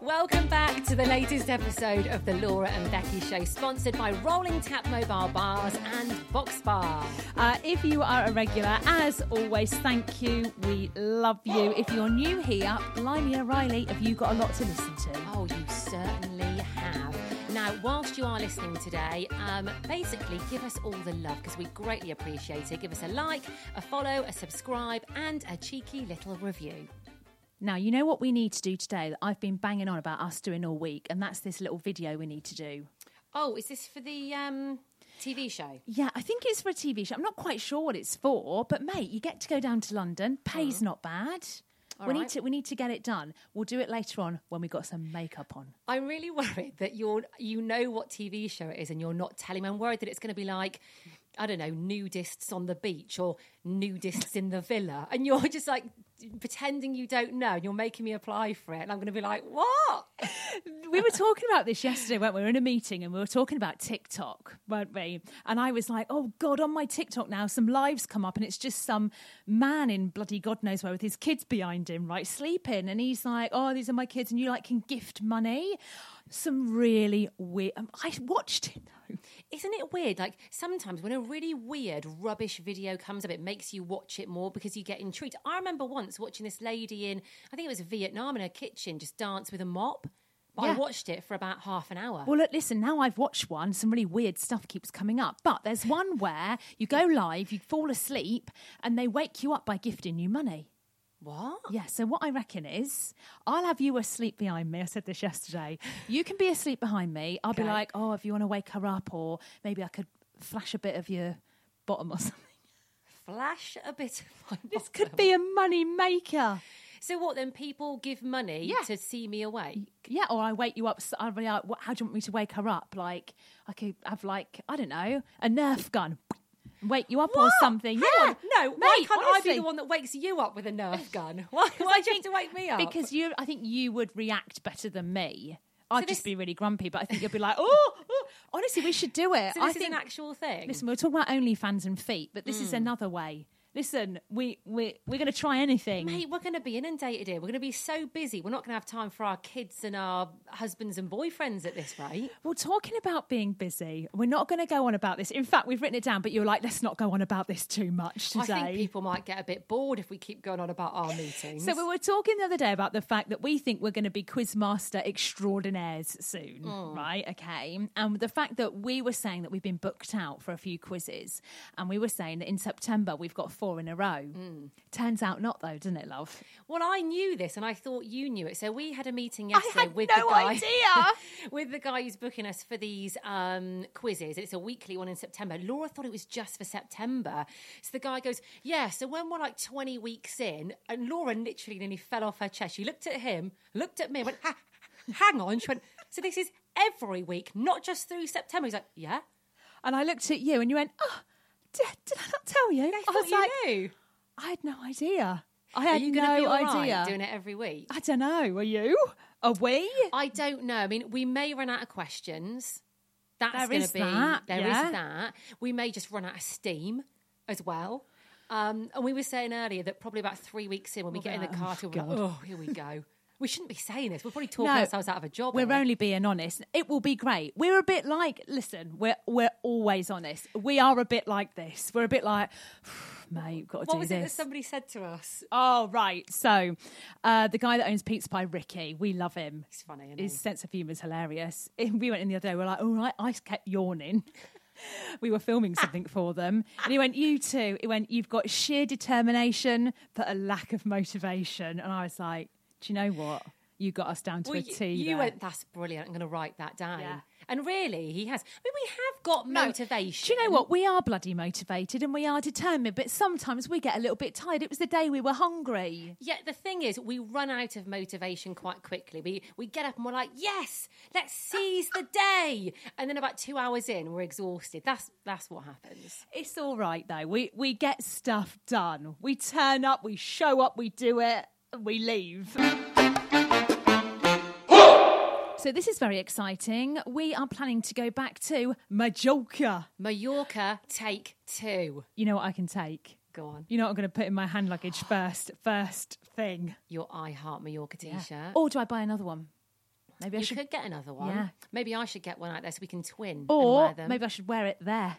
Welcome back to the latest episode of the Laura and Becky Show, sponsored by Rolling Tap Mobile Bars and Box Bar. Uh, if you are a regular, as always, thank you. We love you. If you're new here, Blimey O'Reilly, have you got a lot to listen to? Oh, you certainly have. Now, whilst you are listening today, um, basically give us all the love because we greatly appreciate it. Give us a like, a follow, a subscribe, and a cheeky little review. Now, you know what we need to do today that I've been banging on about us doing all week, and that's this little video we need to do. Oh, is this for the um, TV show? Yeah, I think it's for a TV show. I'm not quite sure what it's for, but mate, you get to go down to London. Pay's not bad. we right. need to we need to get it done. We'll do it later on when we got some makeup on. I'm really worried that you're you know what TV show it is and you're not telling me. I'm worried that it's going to be like I don't know nudists on the beach or nudists in the villa, and you're just like pretending you don't know, and you're making me apply for it, and I'm going to be like, what? we were talking about this yesterday, weren't we? We were in a meeting and we were talking about TikTok, weren't we? And I was like, oh God, on my TikTok now, some lives come up and it's just some man in bloody God knows where with his kids behind him, right, sleeping. And he's like, oh, these are my kids and you like can gift money. Some really weird. um, I watched it though. Isn't it weird? Like sometimes when a really weird rubbish video comes up, it makes you watch it more because you get intrigued. I remember once watching this lady in I think it was Vietnam in her kitchen just dance with a mop. But I Yeah. watched it for about half an hour. Well, look, listen, now I've watched one, some really weird stuff keeps coming up. But there's one where you go live, you fall asleep, and they wake you up by gifting you money. what? Yeah, so what I reckon is I'll have you asleep behind me. I said this yesterday. You can be asleep behind me. I'll be Okay. like, oh, if you want to wake her up, or maybe I could flash a bit of your bottom or something. Flash a bit of my This could be a money maker. So what then? People give money Yeah. to see me away. Yeah, or I wake you up. So I'll be like, what, how do you want me to wake her up? Like, I could have, like, I don't know, a Nerf gun. Wake you up or something. Hang yeah. on. No, why Mate, can't I be honestly. the one that wakes you up with a Nerf gun? Why? Why do you have to wake me up? Because you, I think you would react better than me. I'd this- just be really grumpy, but I think you'd be like, oh, oh." honestly, we should do it. so I this is think, an actual thing. listen, we we're talking about OnlyFans and feet, but this is Mm. another way. Listen, we, we, we're going to try anything. Mate, we're going to be inundated here. We're going to be so busy. We're not going to have time for our kids and our husbands and boyfriends at this rate. Well, talking about being busy, we're not going to go on about this. In fact, we've written it down, but you're like, let's not go on about this too much today. I think people might get a bit bored if we keep going on about our meetings. So we were talking the other day about the fact that we think we're going to be quizmaster extraordinaires soon, Oh. right? Okay, and the fact that we were saying that we've been booked out for a few quizzes, and we were saying that in September we've got four in a row. Mm. Turns out not though, doesn't it, love? Well, I knew this, and I thought you knew it. So we had a meeting yesterday had with no the guy, idea. with the guy who's booking us for these um, quizzes. It's a weekly one in September. Laura thought it was just for September, so the guy goes, "Yeah." So when we're like twenty weeks in, and Laura literally nearly fell off her chair. She looked at him, looked at me, and went, ha, "Hang on." She went, "So this is every week, not just through September." He's like, "Yeah." And I looked at you, and you went, "Oh, did, did I not tell you?" I thought was you like, knew. I had no idea. I Are had you no going to be all right idea. doing it every week? I don't know. Are you? Are we? I don't know. I mean, we may run out of questions. That's There going is to be that, there is yeah. that. We may just run out of steam as well. Um, and we were saying earlier that probably about three weeks in, when we get in the like, car, to "Oh, we're like, God." oh, here we go. we shouldn't be saying this. We're probably talking No, ourselves out of a job. We're here. only being honest. It will be great. We're a bit like, listen, we're we're always honest. We are a bit like this. We're a bit like, mate, we've got to What do was it that this. somebody said to us? oh right. So, uh, the guy that owns Pizza Pie, Ricky, we love him. It's funny. Isn't His it? sense of humour is hilarious. We went in the other day. We are like, all right, I kept yawning. We were filming something for them, and he went, "You two. He went, "You've got sheer determination, but a lack of motivation." And I was like, "Do you know what? You got us down to Well, a y- T." you there. went. That's brilliant. I'm going to write that down. Yeah. And really, he has. I mean, we have got No. motivation. Do you know what? We are bloody motivated and we are determined, but sometimes we get a little bit tired. It was the day we were hungry. Yeah, the thing is, we run out of motivation quite quickly. We we get up and we're like, "Yes, let's seize the day," and then about two hours in, we're exhausted. That's that's what happens. It's all right though. We we get stuff done. We turn up, we show up, we do it, and we leave. So this is very exciting. We are planning to go back to Majorca. Mallorca, take two. You know what I can take? Go on, You know what I'm going to put in my hand luggage first, first thing. your I Heart Mallorca T-shirt. Or do I buy another one? Maybe I you should. could get another one. Yeah. Maybe I should get one out there so we can twin. and or wear them. maybe I should wear it there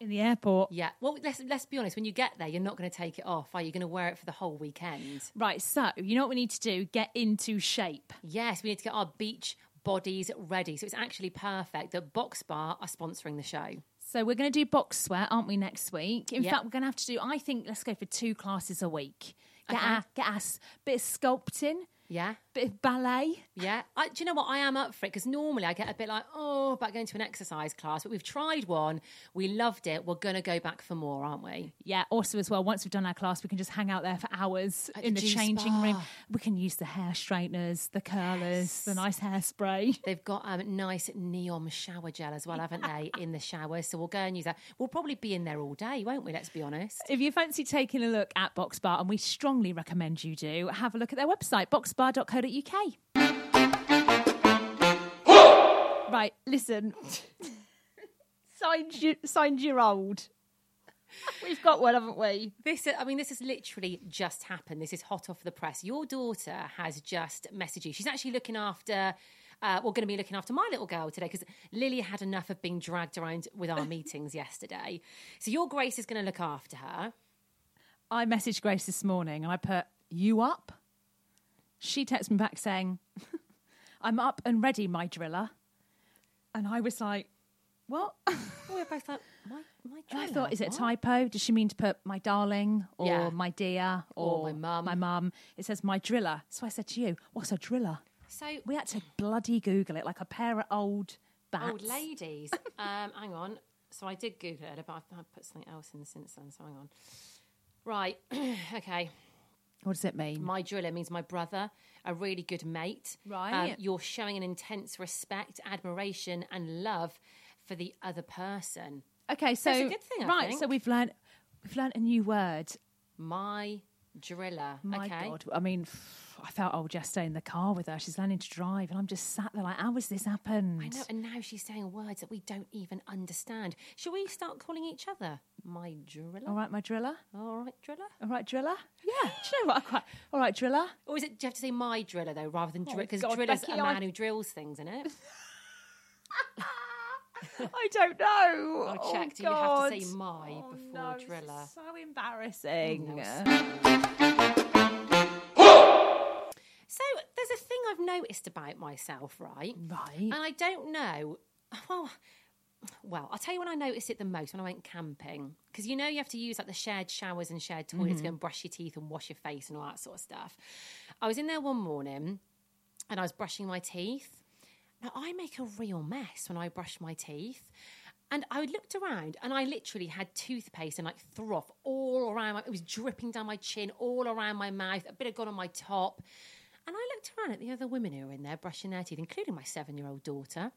in the airport. Yeah. Well, let's let's be honest. When you get there, you're not going to take it off. Are you going to wear it for the whole weekend? Right, so you know what we need to do? Get into shape. Yes, we need to get our beach bodies ready. So it's actually perfect that Box Bar are sponsoring the show. So we're going to do box sweat, aren't we, next week? In Yeah. fact, we're going to have to do, I think, let's go for two classes a week. Get, our, get us bit of sculpting, Yeah. bit of ballet. Yeah. I, do you know what? I am up for it because normally I get a bit like, oh, about going to an exercise class, but we've tried one. We loved it. We're going to go back for more, aren't we? Yeah, also as well, once we've done our class, we can just hang out there for hours At the in the, juice changing room. bar. We can use the hair straighteners, the curlers, the nice hairspray. They've got um, nice neon shower gel as well, haven't they, in the shower? So we'll go and use that. We'll probably be in there all day, won't we? Let's be honest. If you fancy taking a look at Box Bar, and we strongly recommend you do, have a look at their website, boxbar.co.uk. right, listen. signed, you, signed your old. We've got one, haven't we? This, uh, I mean, this has literally just happened. This is hot off the press. Your daughter has just messaged you. She's actually looking after. Uh, we're going to be looking after my little girl today because Lily had enough of being dragged around with our meetings yesterday. So your Grace is going to look after her. I messaged Grace this morning and I put, You up? She texted me back saying, I'm up and ready, my driller. And I was like, What? Oh, We were both like, my, my. I driller, thought, is it a what? typo? Does she mean to put my darling or Yeah. my dear or, Or my mum. My mum. It says my driller. So I said to you, what's a driller? So We had to bloody Google it like a pair of old bats. old ladies. um, hang on. So I did Google it, but I've, I've put something else in since then. So hang on. Right. okay. What does it mean? My driller means my brother, a really good mate. Um, Right. you're showing an intense respect, admiration, and love for the other person. Okay, so a good thing, I right, think. so we've learned we've learned a new word. My driller. My okay. God, I mean, I felt old yesterday in the car with her. She's learning to drive, and I'm just sat there like, how has this happened? I know, and now she's saying words that we don't even understand. Shall we start calling each other my driller? All right, my driller. All right, driller. All right, driller. Yeah, do you know what? I quite, all right, driller. Or is it? Do you have to say my driller though, rather than driller? Because Oh, God, driller's Becky, a I- man who drills things, isn't it? I don't know. I'll Oh, check. Do you have to God. Oh, say my before no, this is driller? Oh, So embarrassing. So there's a thing I've noticed about myself, right? Right. And I don't know. Well, well, I'll tell you when I noticed it the most when I went camping because you know you have to use like the shared showers and shared toilets to go and brush your teeth and wash your face and all that sort of stuff. I was in there one morning and I was brushing my teeth. Now I make a real mess when I brush my teeth. And I looked around and I literally had toothpaste and like throff all around. My, it was dripping down my chin, all around my mouth. A bit had gone on my top. And I looked around at the other women who were in there brushing their teeth, including my seven year old daughter.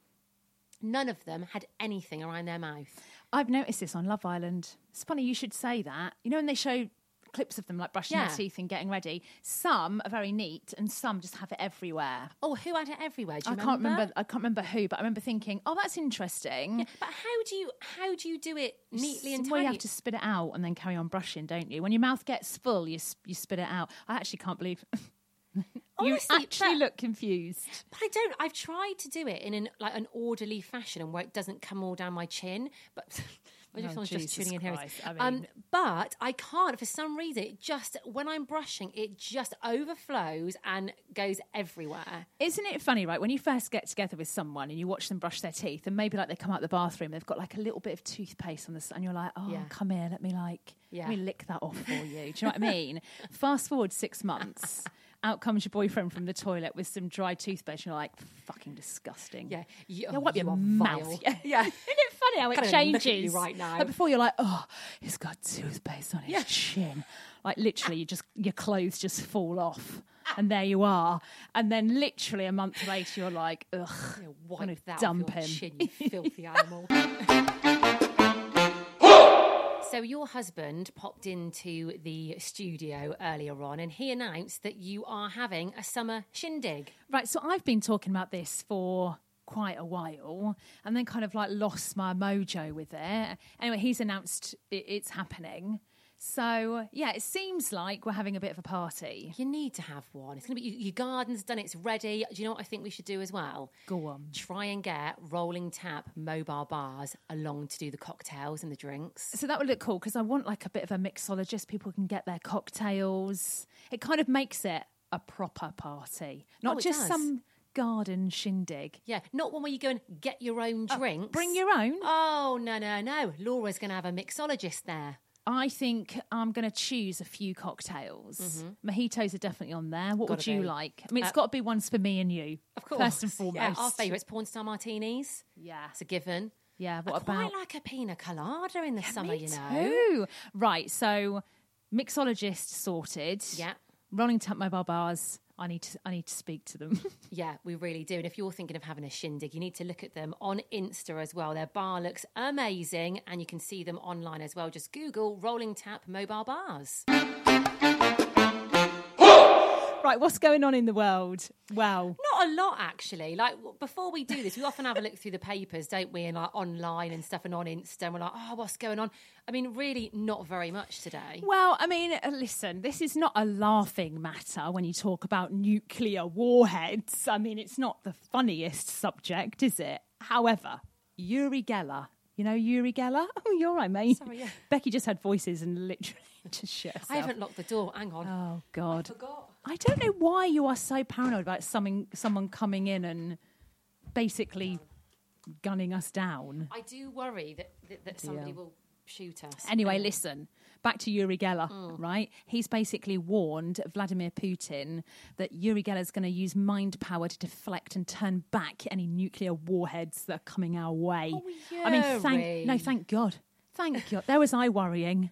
None of them had anything around their mouth. I've noticed this on Love Island. It's funny you should say that. You know when they show clips of them like brushing Yeah. their teeth and getting ready, some are very neat and some just have it everywhere. Oh, who had it everywhere? Do you I can't remember I can't remember who, but I remember thinking, "Oh, that's interesting." But how do you how do you do it neatly and Well, tidy? you have to spit it out and then carry on brushing, don't you? When your mouth gets full, you sp- you spit it out. I actually can't believe you Honestly, actually but- look confused. But I don't. I've tried to do it in an like an orderly fashion and where it doesn't come all down my chin. But imagine if Oh, someone's just Jesus tuning in here. Christ, I um, mean- but I can't for some reason. It just when I'm brushing, it just overflows and goes everywhere. Isn't it funny, right? When you first get together with someone and you watch them brush their teeth, and maybe like they come out the bathroom, they've got like a little bit of toothpaste on this, and you're like, "Oh, Yeah. come here, let me like, Yeah. let me lick that off for you." Do you know what I mean? Fast forward six months, out comes your boyfriend from the toilet with some dry toothpaste, and you're like, "Fucking disgusting." Yeah, you, That wipe you your are mouth. vile. Yeah. yeah. Isn't it funny how it Kinda look at you changes? right now. Like before you're like, oh, he's got toothpaste on his chin. Like literally, you just your clothes just fall off, and there you are. And then literally a month later, you're like, ugh, Yeah, I'm gonna wipe that off dump your him. chin, you filthy animal. So your husband popped into the studio earlier on, and he announced that you are having a summer shindig. Right, so I've been talking about this for quite a while and then kind of like lost my mojo with it. Anyway, he's announced it, it's happening. So, yeah, it seems like we're having a bit of a party. You need to have one. It's going to be your your garden's done. It's ready. Do you know what I think we should do as well? Go on. Try and get rolling tap mobile bars along to do the cocktails and the drinks. So that would look cool because I want like a bit of a mixologist. People can get their cocktails. It kind of makes it a proper party, not Oh, it just does. some garden shindig. Yeah, not one where you go and get your own drinks. Oh, Bring your own. Oh no no no! Laura's going to have a mixologist there. I think I'm going to choose a few cocktails. Mojitos are definitely on there. What Mm-hmm. would Gotta you be. Uh, like? I mean, it's got to be ones for me and you. Of course, First and foremost. Yeah, our favourites porn star martinis. Yeah. It's a given. Yeah, I what quite about like a pina colada in the summer, Me you know. too. Right, so mixologist sorted. Yeah. Rolling Tap Mobile Bars. I need to I need to speak to them. Yeah, we really do. And if you're thinking of having a shindig, you need to look at them on Insta as well. Their bar looks amazing, and you can see them online as well. Just Google Rolling Tap Mobile Bars. right, what's going on in the world? Wow. Not a lot, actually. Like w- before we do this, we often have a look through the papers, don't we? And like online and stuff, and on Insta, and we're like, oh, what's going on? I mean, really, not very much today. Well, I mean, uh, listen, this is not a laughing matter when you talk about nuclear warheads. I mean, it's not the funniest subject, is it? However, Yuri Geller. You know Yuri Geller? Oh, you're right, mate. Sorry, yeah. Becky just had voices and literally just shit herself. I haven't locked the door. Hang on. Oh God. forgot. I don't know why you are so paranoid about something, someone coming in and basically gunning us down. I do worry that that, that somebody will shoot us. Anyway, listen, back to Yuri Geller, right? He's basically warned Vladimir Putin that Yuri Geller's going to use mind power to deflect and turn back any nuclear warheads that are coming our way. I mean, thank no, Yuri. thank God. Thank God. There was I worrying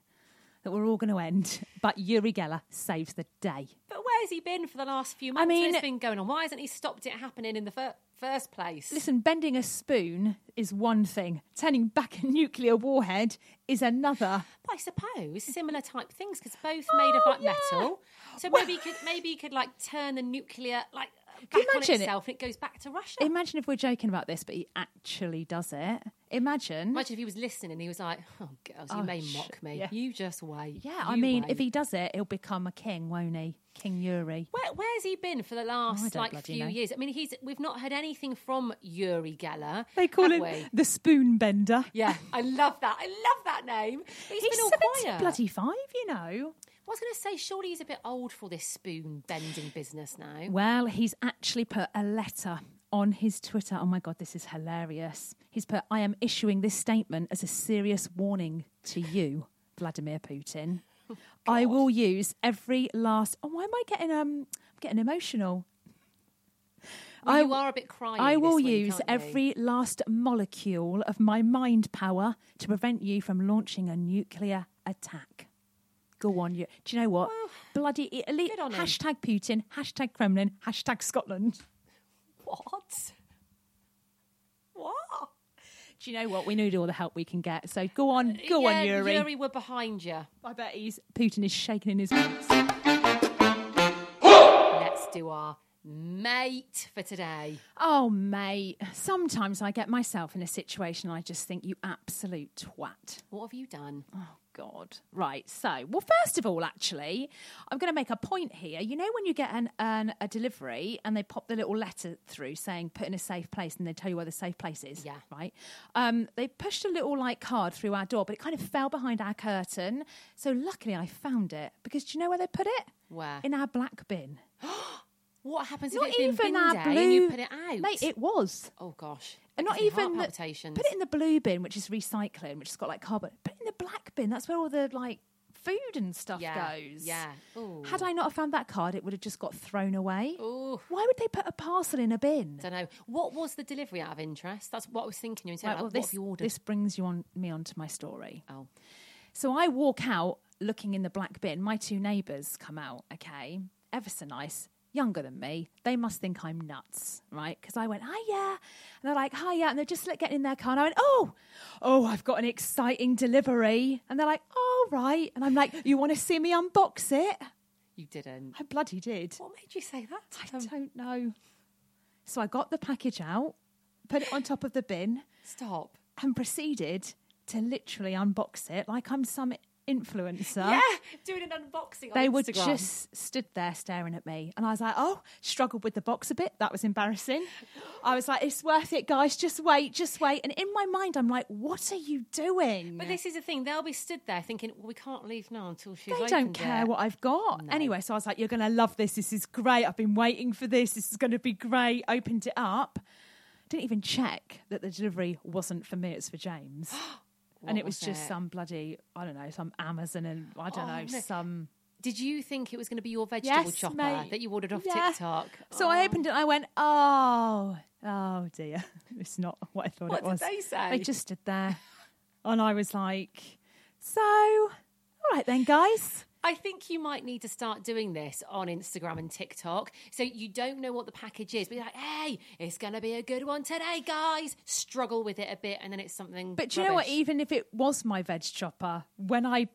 that we're all going to end, but Yuri Geller saves the day. But where's he been for the last few months? I mean- mean, it's been going on. Why hasn't he stopped it happening in the fir- first place? Listen, bending a spoon is one thing. Turning back a nuclear warhead is another. But I suppose similar type things because both made of Oh, like yeah. metal. So maybe you could maybe you could like turn the nuclear like Can you back on imagine it? itself and it goes back to Russia. Imagine if we're joking about this, but he actually does it. Imagine. Imagine if he was listening and he was like, "Oh, girls, you may sh- mock me. yeah. You just wait." Yeah, I You mean, wait." if he does it, he'll become a king, won't he? King Yuri. Where, where's he been for the Oh, I last don't like bloody few know. years? I mean, he's we've not heard anything from Yuri Geller. They call have him we? the spoon bender. Yeah, I love that. I love that name. He's been all 70 quiet. bloody five, you know. I was going to say, surely he's a bit old for all this spoon bending business now. Well, he's actually put a letter on his Twitter. Oh my God, this is hilarious. He's put, I am issuing this statement as a serious warning to you, Vladimir Putin. I will use every last. Oh, why am I getting um? I'm getting emotional. Well, I- you are a bit crying. I this will week, use aren't you? every last molecule of my mind power to prevent you from launching a nuclear attack. Go on, you. Do you know what? Bloody Italy. good on him. Hashtag Putin. Hashtag Kremlin. Hashtag Scotland. What? What? Do you know what? We need all the help we can get. So go on, go Uh, yeah, on, Yuri. Yuri, we're behind you. I bet he's Putin is shaking in his boots. Let's do our mate for today. Oh, mate. Sometimes I get myself in a situation I just think, you absolute twat. What have you done? Oh, God. Right. So, well, first of all, actually, I'm going to make a point here. You know, when you get an, an a delivery and they pop the little letter through saying put in a safe place and they tell you where the safe place is. Yeah. Right. Um, they pushed a little like card through our door, but it kind of fell behind our curtain. So, luckily, I found it because do you know where they put it? Where? In our black bin. What happens Not if it's been even bin our day blue. and you put it out? Mate, it was. oh gosh. And not Gives me heart even the- palpitations. put it in the blue bin, which is recycling, which has got like carbon. Put it in the black bin. That's where all the like food and stuff yeah. goes. Yeah. Ooh. Had I not have found that card, it would have just got thrown away. Ooh. Why would they put a parcel in a bin? Don't know. What was the delivery out of interest? That's what I was thinking. You were saying, like, Right, well, what this, have you ordered? this brings you on me onto my story. Oh. So I walk out looking in the black bin. My two neighbours come out, okay? Ever so nice, younger than me. They must think I'm nuts, right? Because I went, hiya. And they're like, hiya. And they're just like getting in their car. And I went, oh, oh, I've got an exciting delivery. And they're like, all right. And I'm like, you want to see me unbox it? You didn't. I bloody did. What made you say that? to I them? don't know. So I got the package out, put it on top of the bin, Stop. and proceeded to literally unbox it like I'm some influencer. Yeah, doing an unboxing. They on were Instagram. just stood there staring at me. And I was like, oh, struggled with the box a bit. That was embarrassing. I was like, it's worth it, guys. Just wait, just wait. And in my mind, I'm like, what are you doing? But this is the thing; they'll be stood there thinking, well, "We can't leave now until she's." they don't opened care it. what I've got. Anyway, so I was like, you're going to love this. This is great. I've been waiting for this. This is going to be great. Opened it up. Didn't even check that the delivery wasn't for me, it's for James. and it was, was just it? Oh, some bloody, I don't know, some Amazon and I don't know, no. some. Did you think it was going to be your vegetable Yes, chopper mate. that you ordered off Yeah. TikTok? So I opened it and I went, oh, oh dear. It's not what I thought What it did was. they say? They just stood there. and I was like, so, all right then, guys. I think you might need to start doing this on Instagram and TikTok. So you don't know what the package is, but you're like, hey, it's going to be a good one today, guys. Struggle with it a bit, and then it's something. But do you know what? rubbish. Even if it was my veg chopper, when I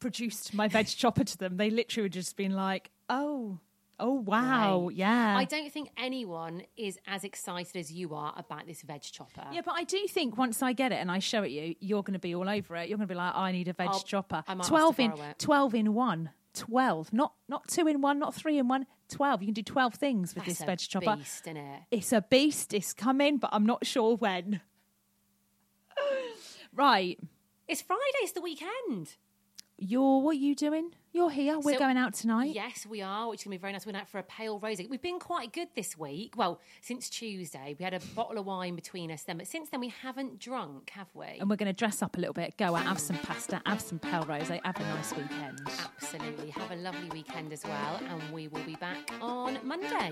produced my veg chopper to them, they literally would just been like, oh, oh, wow, Right. yeah. I don't think anyone is as excited as you are about this veg chopper. yeah, but I do think once I get it and I show it you, you're going to be all over it. You're going to be like, I need a veg I'll- chopper. I might ask twelve to in borrow it. twelve in one. Twelve, not not two in one, not three in one. Twelve. You can do twelve things with That's this a veg chopper. beast, innit? It's a beast. It's coming, but I'm not sure when. right, It's Friday. It's the weekend. you're what are you doing? You're here. We're So- going out tonight. Yes, we are, which is going to be very nice. We're out for a pale rosé. We've been quite good this week. Well, since Tuesday, we had a bottle of wine between us then, but since then we haven't drunk, have we? and we're going to dress up a little bit, go out, have some pasta, have some pale rose, eh? have a nice weekend. Absolutely. Have a lovely weekend as well, and we will be back on Monday.